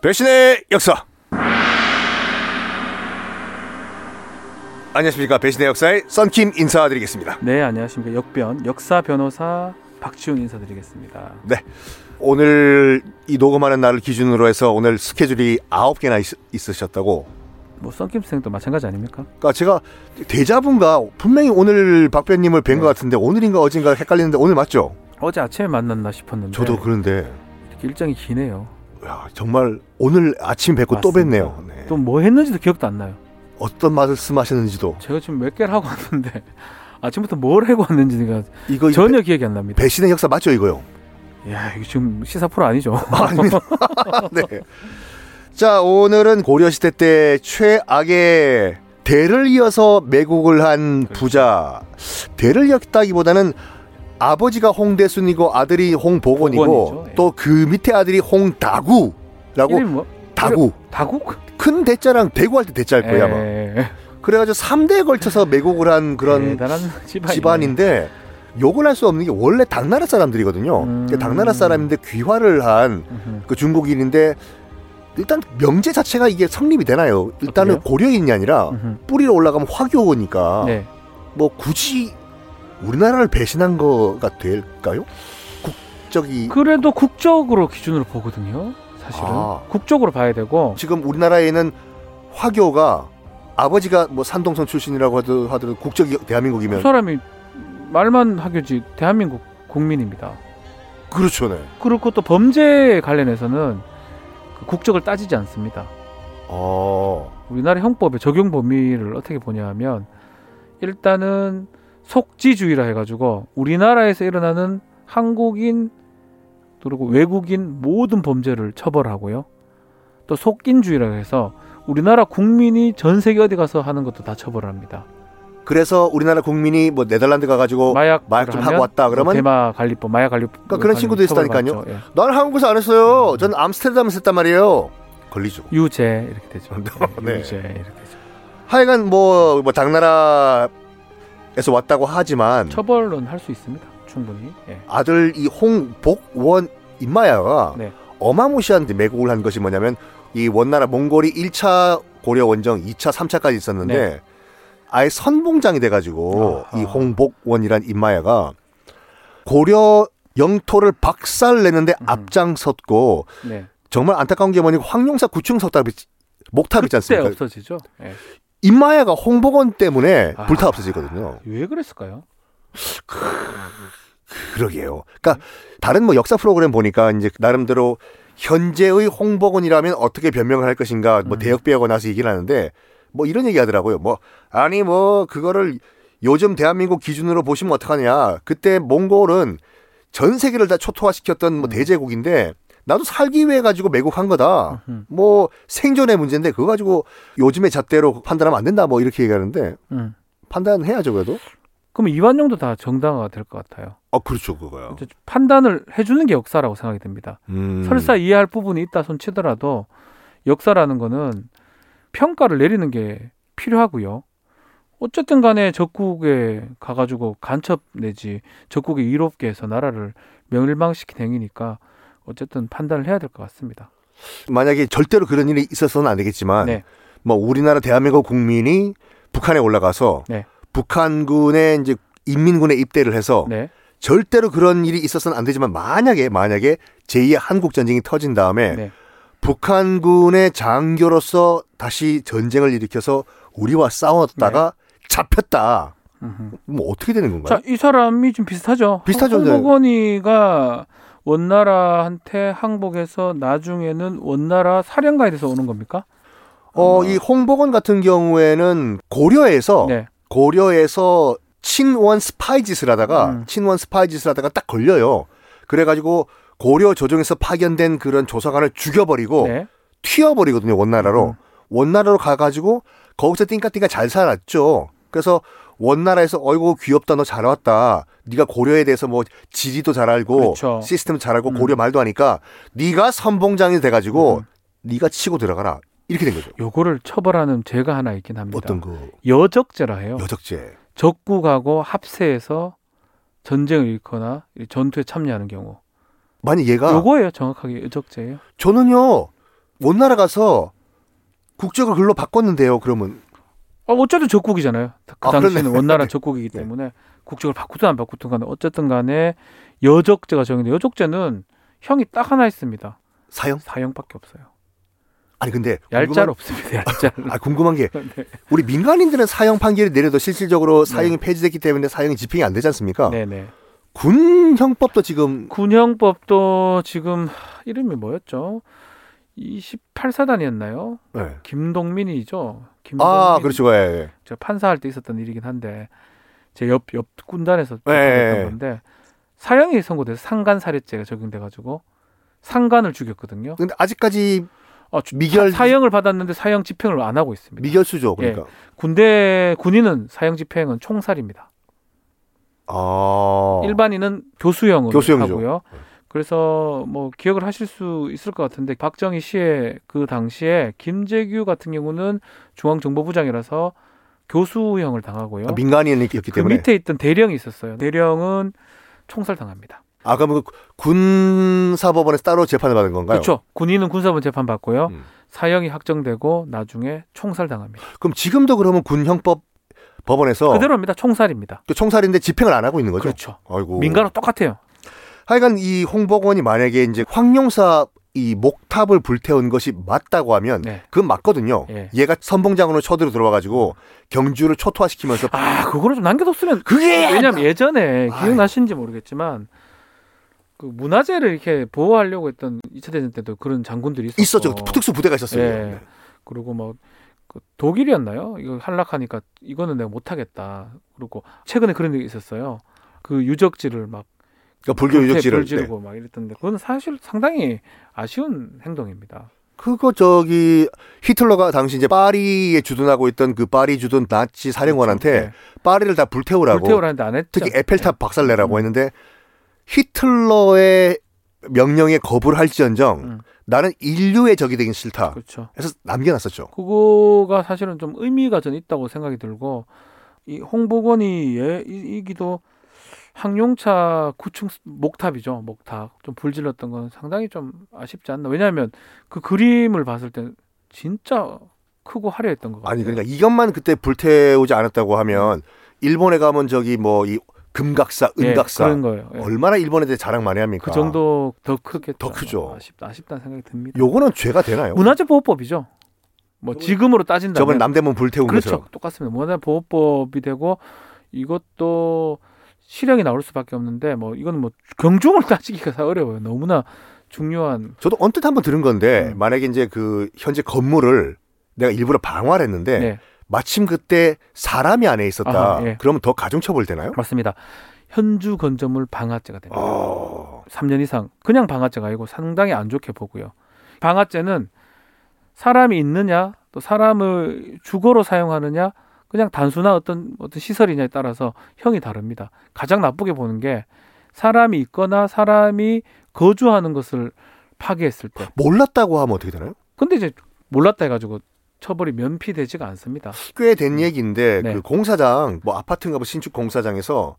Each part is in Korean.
배신의 역사. 안녕하십니까 배신의 역사의 썬킴 인사드리겠습니다. 네, 안녕하십니까. 역변, 역사 변호사 박지훈 인사드리겠습니다. 네. 오늘 이 녹음하는 날을 기준으로 해서 오늘 스케줄이 아홉 개나 있, 있으셨다고. 뭐, 썬킴생도 마찬가지 아닙니까? 그러니까 제가 대자분가 분명히 오늘 박배님을 뵌 것 같은데 오늘인가 어젠가 헷갈리는데 오늘 맞죠? 어제 아침에 만났나 싶었는데. 저도 그런데 이렇게 일정이 기네요. 야, 정말 오늘 아침 뵙고 또 맞습니다. 뵙네요. 네. 또 뭐 했는지도 기억도 안 나요. 어떤 말씀하셨는지도 제가 지금 몇 개를 하고 왔는데, 아침부터 뭘 하고 왔는지가 이거 이거 전혀 기억이 안 납니다. 배신의 역사 맞죠 이거요? 야, 이거 지금 시사 프로 아니죠? 아닙니다. 네. 자, 오늘은 고려시대 때 최악의 대를 이어서 매국을 한 그렇죠. 부자. 대를 이었다기보다는 아버지가 홍대순이고 아들이 홍복원이고 복원이죠. 예. 또 그 밑에 아들이 홍다구라고 이름이 뭐? 다구 다국? 큰 대자랑 대구할 때 대자일 거예요 아마. 예. 그래가지고 3대에 걸쳐서 매국을 한 그런 대단한 집안이네. 집안인데 욕을 할 수 없는 게 원래 당나라 사람들이거든요. 음. 그 당나라 사람인데 귀화를 한 그 음흠. 중국인인데 일단 명제 자체가 이게 성립이 되나요? 일단은 그래요? 고려인이 아니라 음흠. 뿌리로 올라가면 화교니까 네. 뭐 굳이 우리나라를 배신한 거가 될까요? 국적이 그래도 국적으로 기준으로 보거든요. 사실은 아. 국적으로 봐야 되고 지금 우리나라에는 화교가 아버지가 뭐 산동성 출신이라고 하더- 하더라도 국적이 그 대한민국이면 사람이 말만 하교지 대한민국 국민입니다. 그렇죠,네. 그리고 또 범죄에 관련해서는 그 국적을 따지지 않습니다. 어, 우리나라 형법의 적용 범위를 어떻게 보냐면 일단은 속지주의라 해가지고 우리나라에서 일어나는 한국인 그리고 외국인 모든 범죄를 처벌하고요. 또 속인주의라 해서 우리나라 국민이 전 세계 어디 가서 하는 것도 다 처벌합니다. 그래서 우리나라 국민이 뭐 네덜란드 가가지고 마약 뭐 마약 좀 하고 왔다 그러면 대마 관리법, 마약 관리법 그러니까 그런 친구도 있었다니까요. 처벌받죠. 예. 난 한국에서 안 음. 했어요. 전 암스테르담에서 했단 말이에요. 걸리죠. 유죄 이렇게 되죠. 예, 네. 유죄 이렇게 되죠. 하여간 뭐, 뭐 당나라에서 왔다고 하지만 처벌은 할 수 있습니다. 충분히. 예. 아들 이 홍복원 임마야가 네. 어마무시한 매국을 한 것이 뭐냐면 이 원나라 몽골이 1차 고려 원정, 2차, 3차까지 있었는데 네. 아예 선봉장이 돼가지고 아하. 이 홍복원이란 임마야가 고려 영토를 박살내는데 음. 앞장섰고 네. 정말 안타까운 게 뭐니 황룡사 구층 석탑 있- 목탑 있지 그때 아, 않습니까? 없어지죠. 예. 임마야가 홍복원 때문에 아. 불타 없어지거든요. 왜 그랬을까요? 그러게요. 그러니까 다른 뭐 역사 프로그램 보니까 이제 나름대로 현재의 홍복원이라면 어떻게 변명을 할 것인가 뭐 음. 대역배우가 나서 얘기를 하는데 뭐 이런 얘기 하더라고요. 뭐 아니 뭐 그거를 요즘 대한민국 기준으로 보시면 어떡하냐. 그때 몽골은 전 세계를 다 초토화시켰던 뭐 음. 대제국인데 나도 살기 위해 가지고 매국한 거다. 음. 뭐 생존의 문제인데 그거 가지고 요즘의 잣대로 판단하면 안 된다 뭐 이렇게 얘기하는데 음. 판단해야죠 그래도 그럼 이완용도 다 정당화가 될 것 같아요. 아 그렇죠 그거요 이제 판단을 해주는 게 역사라고 생각이 듭니다. 음. 설사 이해할 부분이 있다 손치더라도 역사라는 거는 평가를 내리는 게 필요하고요. 어쨌든 간에 적국에 가가지고 간첩 내지 적국에 이롭게 해서 나라를 멸망시킨 행위니까 어쨌든 판단을 해야 될 것 같습니다. 만약에 절대로 그런 일이 있어서는 안 되겠지만 네. 뭐 우리나라 대한민국 국민이 북한에 올라가서 네. 북한군에 이제 인민군에 입대를 해서 네. 절대로 그런 일이 있어서는 안 되지만 만약에 만약에 제2의 한국 전쟁이 터진 다음에 네. 북한군의 장교로서 다시 전쟁을 일으켜서 우리와 싸웠다가 잡혔다. 음흠. 뭐 어떻게 되는 건가요? 자, 이 사람이 좀 비슷하죠. 비슷하죠, 네. 홍복원이가 원나라한테 항복해서 나중에는 원나라 사령관이 돼서 오는 겁니까? 어, 이 홍복원 같은 경우에는 고려에서 네. 고려에서 친원 스파이 짓을 하다가 음. 친원 스파이 짓을 하다가 딱 걸려요. 그래가지고 고려 조정에서 파견된 그런 조사관을 죽여버리고 네. 튀어버리거든요 원나라로. 음. 원나라로 가가지고 거기서 띵까띵까 잘 살았죠. 그래서 원나라에서 어이구 귀엽다 너 잘 왔다. 네가 고려에 대해서 뭐 지리도 잘 알고 그렇죠. 시스템 잘 알고 음. 고려 말도 하니까 네가 선봉장이 돼가지고 음. 네가 치고 들어가라 이렇게 된 거죠. 요거를 처벌하는 죄가 하나 있긴 합니다. 어. 어떤 그 여적죄라 해요. 여적죄. 적국하고 합세해서 전쟁을 일거나 전투에 참여하는 경우. 만약 얘가 요거예요, 정확하게 여적죄예요. 저는요 못 날아가서 국적을 글로 바꿨는데요. 그러면 어, 어쨌든 적국이잖아요. 그 아, 그러네. 당시에는 원나라 적국이기 네. 때문에 국적을 바꾸든 안 바꾸든 간에 어쨌든 간에 여적제가 정해져. 여적제는 형이 딱 하나 있습니다. 사형? 사형밖에 없어요. 아니 근데 얄짤 없습니다. 얄짤. 궁금한, 아 궁금한 게 네. 우리 민간인들은 사형 판결이 내려도 실질적으로 사형이 폐지됐기 때문에 사형이 집행이 안 되지 않습니까? 네네. 군 형법도 지금 군형법도 지금 하, 이름이 뭐였죠? 28사단이었나요? 네. 김동민이죠. 김동민. 아 그렇죠. 예, 예. 제가 판사할 때 있었던 일이긴 한데 제 옆 옆 군단에서 예, 예, 예. 있었던 건데 사형이 선고돼서 상간살해죄가 적용돼가지고 상간을 죽였거든요. 근데 아직까지 아, 주- 미결- 사, 형을 네. 받았는데 사형 집행을 안 하고 있습니다. 미결수죠. 그러니까. 군대 군인은 사형 집행은 총살입니다. 아. 일반인은 교수형으로 교수형이죠. 네. 하고요. 그래서 뭐 기억을 하실 수 있을 것 같은데 박정희 씨의 그 당시에 김재규 같은 경우는 중앙정보부장이라서 교수형을 당하고요. 아, 민간인이었기 그 때문에. 밑에 있던 대령이 있었어요. 대령은 총살 당합니다. 아 그러면 그 군사법원에서 따로 재판을 받은 건가요? 그렇죠. 군인은 군사범 재판 받고요. 음. 사형이 확정되고 나중에 총살 당합니다. 그럼 지금도 그러면 군 형법 법원에서 그대로입니다. 총살입니다. 그 총살인데 집행을 안 하고 있는 거죠? 그렇죠. 아이고. 민간하고 똑같아요. 하여간 이 홍복원이 만약에 이제 황룡사 이 목탑을 불태운 것이 맞다고 하면 네. 그건 맞거든요. 예. 얘가 선봉장으로 쳐들어 들어와가지고 경주를 초토화시키면서 아, 그거를 좀 남겨뒀으면 그게 왜냐면 아이. 예전에 기억나시는지 모르겠지만 그 문화재를 이렇게 보호하려고 했던 2차 대전 때도 그런 장군들이 있었고. 있었죠. 특수 부대가 있었어요. 네. 예. 그리고 막 그 독일이었나요? 이거 한락하니까 이거는 내가 못하겠다. 그리고 최근에 그런 일이 있었어요. 그 유적지를 막 그러니까 불교 유적지를 불 지르고 막 이랬던데 그건 사실 상당히 아쉬운 행동입니다. 그거 저기 히틀러가 당시 이제 파리에 주둔하고 있던 그 파리 주둔 나치 사령관한테 그렇죠. 파리를 다 불태우라고 불태우라는데 안 했죠. 특히 에펠탑 박살내라고 그렇죠. 음. 했는데 히틀러의 명령에 거부를 할지언정 음. 나는 인류의 적이 되긴 싫다. 그렇죠. 해서 남겨놨었죠. 그거가 사실은 좀 의미가 전 있다고 생각이 들고 이 홍보건이 예, 이- 이기도 항용차 9층 목탑이죠. 목탑 좀 불질렀던 건 상당히 좀 아쉽지 않나. 왜냐하면 그 그림을 봤을 때 진짜 크고 화려했던 것 같아요. 아니 그러니까 이것만 그때 불태우지 않았다고 하면 네. 일본에 가면 저기 뭐 이 금각사, 예, 은각사 그런 거예요. 예. 얼마나 일본에 대해 자랑 많이 합니까? 그 정도 더 크겠죠. 더 크죠. 아쉽다, 아쉽다는 생각이 듭니다. 요거는 죄가 되나요? 문화재 보호법이죠. 뭐 지금으로 따진다면 저번에 남대문 불태운 그렇죠. 것처럼 똑같습니다. 문화재 보호법이 되고 이것도 실형이 나올 수밖에 없는데 뭐 이건 뭐 경중을 따지기가 다 어려워요. 너무나 중요한 저도 언뜻 한번 들은 건데 음. 만약에 이제 그 현재 건물을 내가 일부러 방화를 했는데 네, 마침 그때 사람이 안에 있었다. 아하, 예. 그러면 더 가중처벌 되나요? 맞습니다. 현주 건조물 방화죄가 됩니다. 어... 3년 이상 그냥 방화죄가 아니고 상당히 안 좋게 보고요. 방화죄는 사람이 있느냐 또 사람을 주거로 사용하느냐 그냥 단순한 어떤 어떤 시설이냐에 따라서 형이 다릅니다. 가장 나쁘게 보는 게 사람이 있거나 사람이 거주하는 것을 파괴했을 때. 몰랐다고 하면 어떻게 되나요? 근데 이제 몰랐다 해가지고 처벌이 면피되지가 않습니다. 꽤 된 얘기인데 네. 그 공사장 뭐 아파트인가 뭐 신축 공사장에서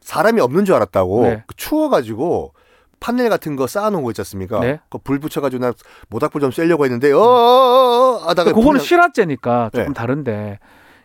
사람이 없는 줄 알았다고 네. 그 추워가지고 판넬 같은 거 쌓아놓은 거 있지 않습니까? 네. 음. 그불 붙여가지고 나 모닥불 좀 쐬려고 했는데 어, 어어어어 하다가 그러니까 그거는 그냥- 실화죄니까 조금 그러니까 네. 다른데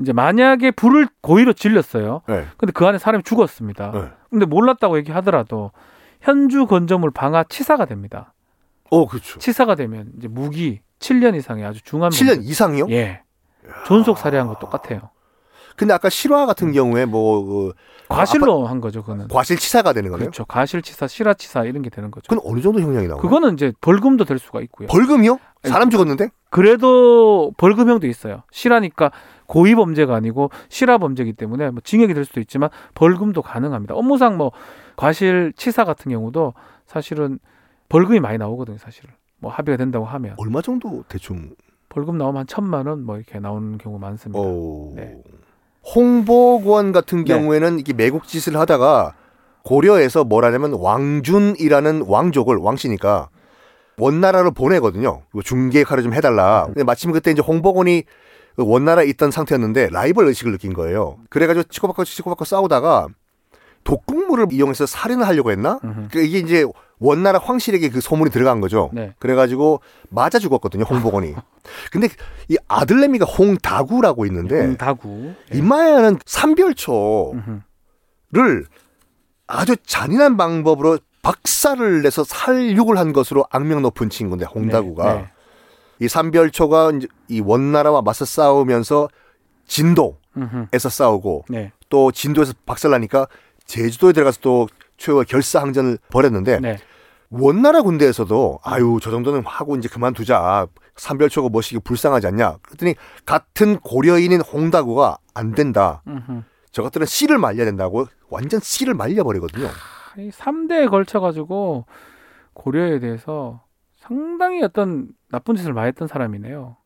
이제 만약에 불을 고의로 질렸어요. 네. 근데 그 안에 사람이 죽었습니다. 네. 근데 몰랐다고 얘기하더라도 현주 건조물 방화 치사가 됩니다. 어 그렇죠. 치사가 되면 이제 무기 7년 이상의 아주 중한 7년 범죄. 이상이요? 예. 존속 살해한 거 똑같아요. 근데 아까 실화 음. 같은 경우에 뭐 그, 과실로 한 거죠, 그거는. 과실치사가 되는 거네요. 그렇죠. 과실치사, 실화치사 이런 게 되는 거죠. 그건 어느 정도 형량이 나오나요? 그거는 이제 벌금도 될 수가 있고요. 벌금이요? 사람 죽었는데? 그래도 벌금형도 있어요. 실화니까 고의 범죄가 아니고 실화 범죄이기 때문에 뭐 징역이 될 수도 있지만 벌금도 가능합니다. 업무상 뭐 과실 치사 같은 경우도 사실은 벌금이 많이 나오거든요. 사실은 뭐 합의가 된다고 하면 얼마 정도 대충 벌금 나오면 한 천만 원 뭐 이렇게 나오는 경우 많습니다. 어. 네. 홍보관 같은 네. 경우에는 이게 매국짓을 하다가 고려에서 뭐라냐면 왕준이라는 왕족을 왕씨니까 원나라로 보내거든요. 이거 중계 역할을 좀 해달라. 근데 마침 그때 이제 홍보건이 그 원나라에 있던 상태였는데 라이벌 의식을 느낀 거예요. 그래가지고 치고받고 치고받고 싸우다가 독극물을 이용해서 살인을 하려고 했나? 음흠. 그 이게 이제 원나라 황실에게 그 소문이 들어간 거죠. 네. 그래가지고 맞아 죽었거든요, 홍복원이. 근데 이 아들내미가 홍다구라고 있는데 다구. 예. 이마야는 삼별초를 음흠. 아주 잔인한 방법으로 박살을 내서 살육을 한 것으로 악명 높은 친구인데 홍다구가 네, 네. 이 삼별초가 이제 이 원나라와 맞서 싸우면서 진도에서 음흠. 싸우고 네. 또 진도에서 박살나니까 제주도에 들어가서 또 최후의 결사항전을 벌였는데 네. 원나라 군대에서도 아유 저 정도는 하고 이제 그만두자 삼별초가 멋이고 뭐 불쌍하지 않냐 그랬더니 같은 고려인인 홍다구가 안 된다 음흠. 저 것들은 씨를 말려야 된다고 완전 씨를 말려버리거든요 이 3대에 걸쳐 가지고 고려에 대해서 상당히 어떤 나쁜 짓을 많이 했던 사람이네요.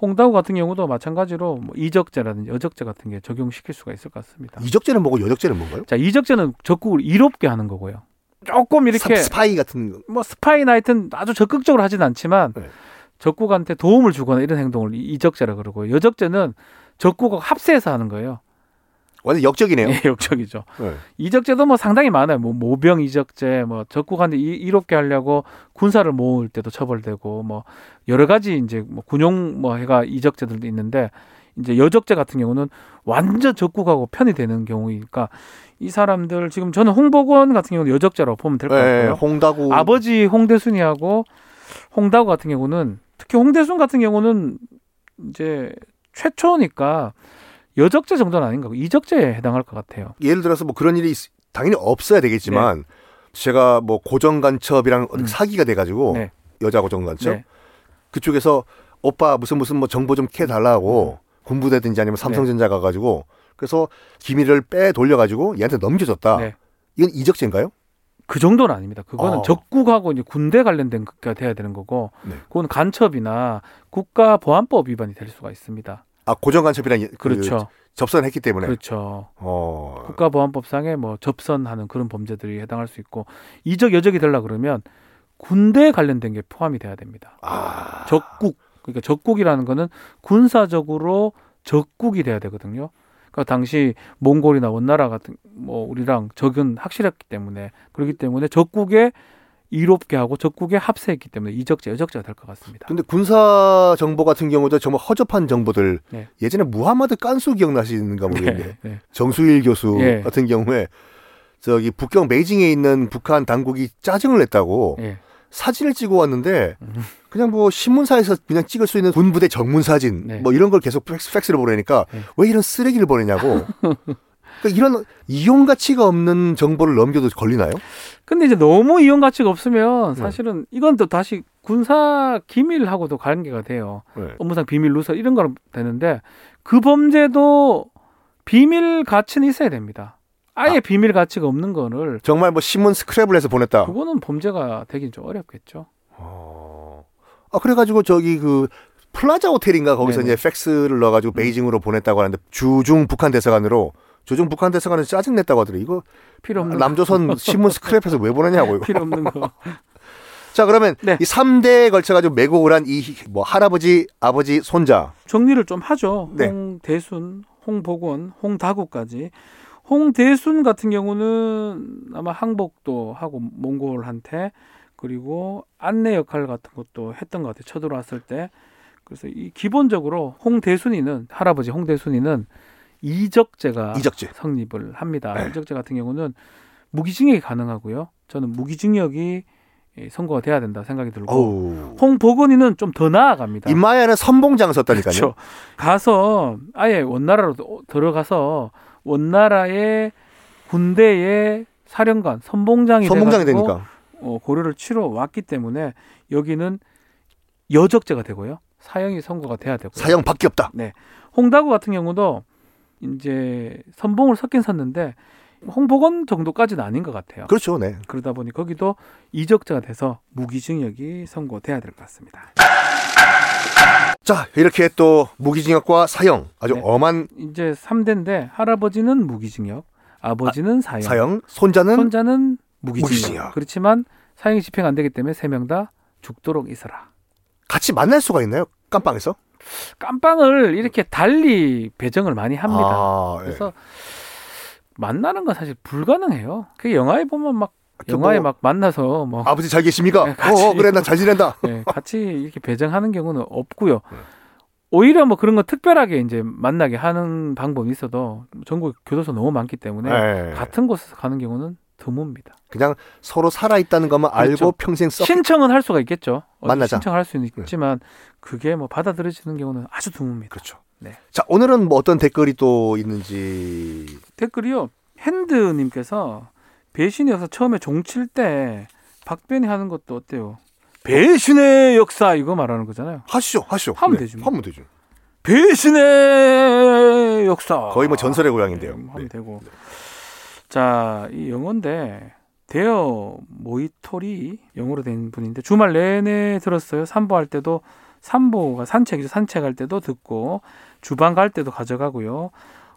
홍다구 같은 경우도 마찬가지로 뭐 이적제라든지 여적제 같은 게 적용시킬 수가 있을 것 같습니다. 이적제는 뭐고 여적제는 뭔가요? 자, 이적제는 적극을 이롭게 하는 거고요. 조금 뭐 이렇게 사- 스파이 같은 거. 뭐 스파이나 하여튼 아주 적극적으로 하진 않지만 네. 적국한테 도움을 주거나 이런 행동을 이- 이적제라 그러고요. 여적제는 적국하고 합세해서 하는 거예요. 완전 역적이네요 예, 역적이죠. 네. 이적제도 뭐 상당히 많아요. 뭐 모병 이적제, 뭐 적국한테 이- 이롭게 하려고 군사를 모을 때도 처벌되고 뭐 여러 가지 이제 뭐 군용 뭐 해가 이적제들도 있는데 이제 여적제 같은 경우는 완전 적국하고 편이 되는 경우니까 이 사람들 지금 저는 홍복원 같은 경우는 여적제라고 보면 될 것 네, 같고요. 홍다구 아버지 홍대순이하고 홍다구 같은 경우는 특히 홍대순 같은 경우는 이제 최초니까 여적제 정도는 아닌 거고 이적제에 해당할 것 같아요. 예를 들어서 뭐 그런 일이 있- 당연히 없어야 되겠지만 제가 뭐 고정간첩이랑 어디 네. 음. 사기가 돼가지고 네. 여자 고정간첩 네. 그쪽에서 오빠 무슨 무슨 뭐 정보 좀 음. 캐달라고 군부대든지 아니면 네. 삼성전자 가가지고 그래서 기밀을 빼 돌려가지고 얘한테 넘겨줬다. 네. 이건 이적죄인가요? 그 정도는 아닙니다. 그거는 어. 적국하고 이제 군대 관련된 게 돼야 되는 거고, 네. 그건 간첩이나 국가보안법 위반이 될 수가 있습니다. 아 고정간첩이랑 그 그렇죠, 접선했기 때문에. 그렇죠. 네. 어. 국가보안법상에 뭐 접선하는 그런 범죄들이 해당할 수 있고 이적 여적이 되려 그러면 군대 관련된 게 포함이 돼야 됩니다. 아. 적국 그러니까 적국이라는 거는 군사적으로 적국이 돼야 되거든요. 그러니까 당시 몽골이나 원나라 같은 뭐 우리랑 적은 확실했기 때문에 그렇기 때문에 적국에 이롭게 하고 적국에 합세했기 때문에 이적제 여적제가 될 것 같습니다. 근데 군사 정보 같은 경우도 정말 허접한 정보들 네. 예전에 무하마드 깐수 기억나시는가 모르겠는데 네. 정수일 교수 예. 같은 경우에 저기 북경 베이징에 있는 북한 당국이 짜증을 냈다고 예. 사진을 찍어 왔는데 음. 그냥 뭐 신문사에서 그냥 찍을 수 있는 군부대 정문 사진 네. 뭐 이런 걸 계속 팩스, 팩스로 보내니까 네. 왜 이런 쓰레기를 보내냐고 그러니까 이런 이용 가치가 없는 정보를 넘겨도 걸리나요? 근데 이제 너무 이용 가치가 없으면 네. 사실은 이건 또 다시 군사 기밀하고도 관계가 돼요. 네. 업무상 비밀 누설 이런 거는 되는데 그 범죄도 비밀 가치는 있어야 됩니다. 아예 비밀 가치가 없는 거를 정말 뭐 신문 스크랩을해서 보냈다. 그거는 범죄가 되긴 좀 어렵겠죠. 어. 아 그래가지고 저기 그 플라자 호텔인가 거기서 네네. 이제 팩스를 넣어가지고 베이징으로 보냈다고 하는데 주중 북한 대사관으로 주중 북한 대사관에서 짜증 냈다고 하더래 이거 필요 없는 남조선 신문 스크랩해서 왜 보내냐고 이거. 필요 없는 거. 자 그러면 네. 이 3대에 걸쳐가지고 매국을 한 이 뭐 할아버지, 아버지, 손자 정리를 좀 하죠. 네. 홍대순, 홍복원, 홍다구까지. 홍대순 같은 경우는 아마 항복도 하고 몽골한테 그리고 안내 역할 같은 것도 했던 것 같아요. 쳐들어왔을 때. 그래서 이 기본적으로 홍대순이는 할아버지 홍대순이는 이적제가 이적죄 네. 성립을 합니다. 이적제 같은 경우는 무기징역이 가능하고요. 저는 무기징역이 예, 선고가 돼야 된다 생각이 들고 어우 홍복원이는 좀 더 나아갑니다. 임마야는 선봉장 섰다니까요 그렇죠. 가서 아예 원나라로 도- 들어가서 원나라의 군대의 사령관 선봉장이 선봉장이 돼가지고, 되니까 어, 고려를 치러 왔기 때문에 여기는 여적제가 되고요. 사형이 선고가 돼야 되고. 사형 밖에 없다 홍다구 같은 경우도 이제 선봉을 섞긴 섰는데 홍복원 정도까지는 아닌 것 같아요. 그렇죠 네 그러다 보니 거기도 이적자가 돼서 무기징역이 선고돼야 될 것 같습니다. 자 이렇게 또 무기징역과 사형 아주 네. 엄한 이제 3대인데 할아버지는 무기징역, 아버지는 사형, 사형 손자는 손자는 무기징역. 무기징역. 그렇지만 사형이 집행 안 되기 때문에 세 명 다 죽도록 있어라. 같이 만날 수가 있나요? 깜빵에서? 깜빵을 이렇게 달리 배정을 많이 합니다. 아, 예. 그래서 만나는 건 사실 불가능해요. 그 영화에 보면 막 이렇게 영화에 뭐, 막 만나서 뭐 아버지 잘 계십니까? 네, 어, 같이. 어, 그래 나 잘 지낸다. 예, 같이 이렇게 배정하는 경우는 없고요. 오히려 뭐 그런 거 특별하게 이제 만나게 하는 방법이 있어도 전국 교도소 너무 많기 때문에 네. 같은 곳에서 가는 경우는 드뭅니다. 그냥 서로 살아 있다는 것만 알고 그렇죠. 평생 썩 신청은 할 수가 있겠죠. 어디 만나자. 예. 신청할 수는 있지만 그게 뭐 받아들여지는 경우는 아주 드뭅니다. 그렇죠. 네. 자 오늘은 뭐 어떤 댓글이 또 있는지 댓글이요. 핸드님께서 배신의 역사 처음에 종칠 때 박변이 하는 것도 어때요? 배신의 역사 이거 말하는 거잖아요. 하시죠, 하시죠. 네, 하면 되죠. 뭐. 하면 되죠. 배신의 역사. 거의 뭐 전설의 고향인데요. 네, 하면 네. 되고. 자, 이 영어인데 데어 모이토리 영어로 된 분인데 주말 내내 들었어요. 산보할 때도 산보가 산책이죠. 산책할 때도 듣고 주방 갈 때도 가져가고요.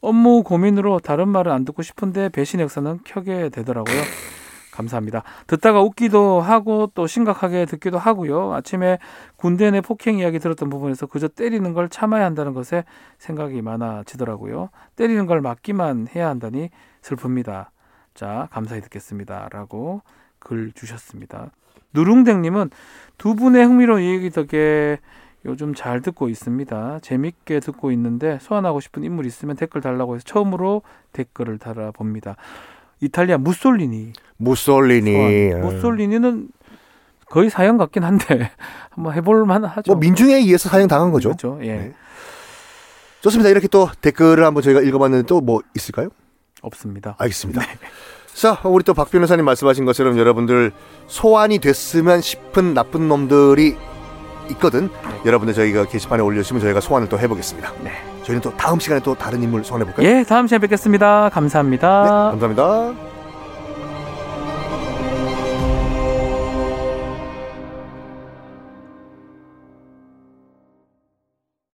업무 고민으로 다른 말은 안 듣고 싶은데 배신 역사는 켜게 되더라고요. 감사합니다. 듣다가 웃기도 하고 또 심각하게 듣기도 하고요. 아침에 군대 내 폭행 이야기 들었던 부분에서 그저 때리는 걸 참아야 한다는 것에 생각이 많아지더라고요. 때리는 걸 막기만 해야 한다니 슬픕니다. 자, 감사히 듣겠습니다. 라고 글 주셨습니다. 누룽댕님은 두 분의 흥미로운 얘기 덕에 요즘 잘 듣고 있습니다. 재밌게 듣고 있는데 소환하고 싶은 인물 있으면 댓글 달라고 해서 처음으로 댓글을 달아봅니다. 이탈리아 무솔리니. 무솔리니. 소환. 뭐 무솔리니는 거의 사형 같긴 한데 한번 해볼만 하죠. 뭐 민중에 의해서 사형 당한 거죠. 그렇죠. 예. 네. 좋습니다. 이렇게 또 댓글을 한번 저희가 읽어봤는데 또 뭐 있을까요? 없습니다. 알겠습니다. 네. 자, 우리 또 박 변호사님 말씀하신 것처럼 여러분들 소환이 됐으면 싶은 나쁜 놈들이 있거든. 여러분들 저희가 게시판에 올려주시면 저희가 소환을 또 해보겠습니다. 네. 저희는 또 다음 시간에 또 다른 인물 소환해볼까요? 네, 예, 다음 시간에 뵙겠습니다. 감사합니다. 감사합니다.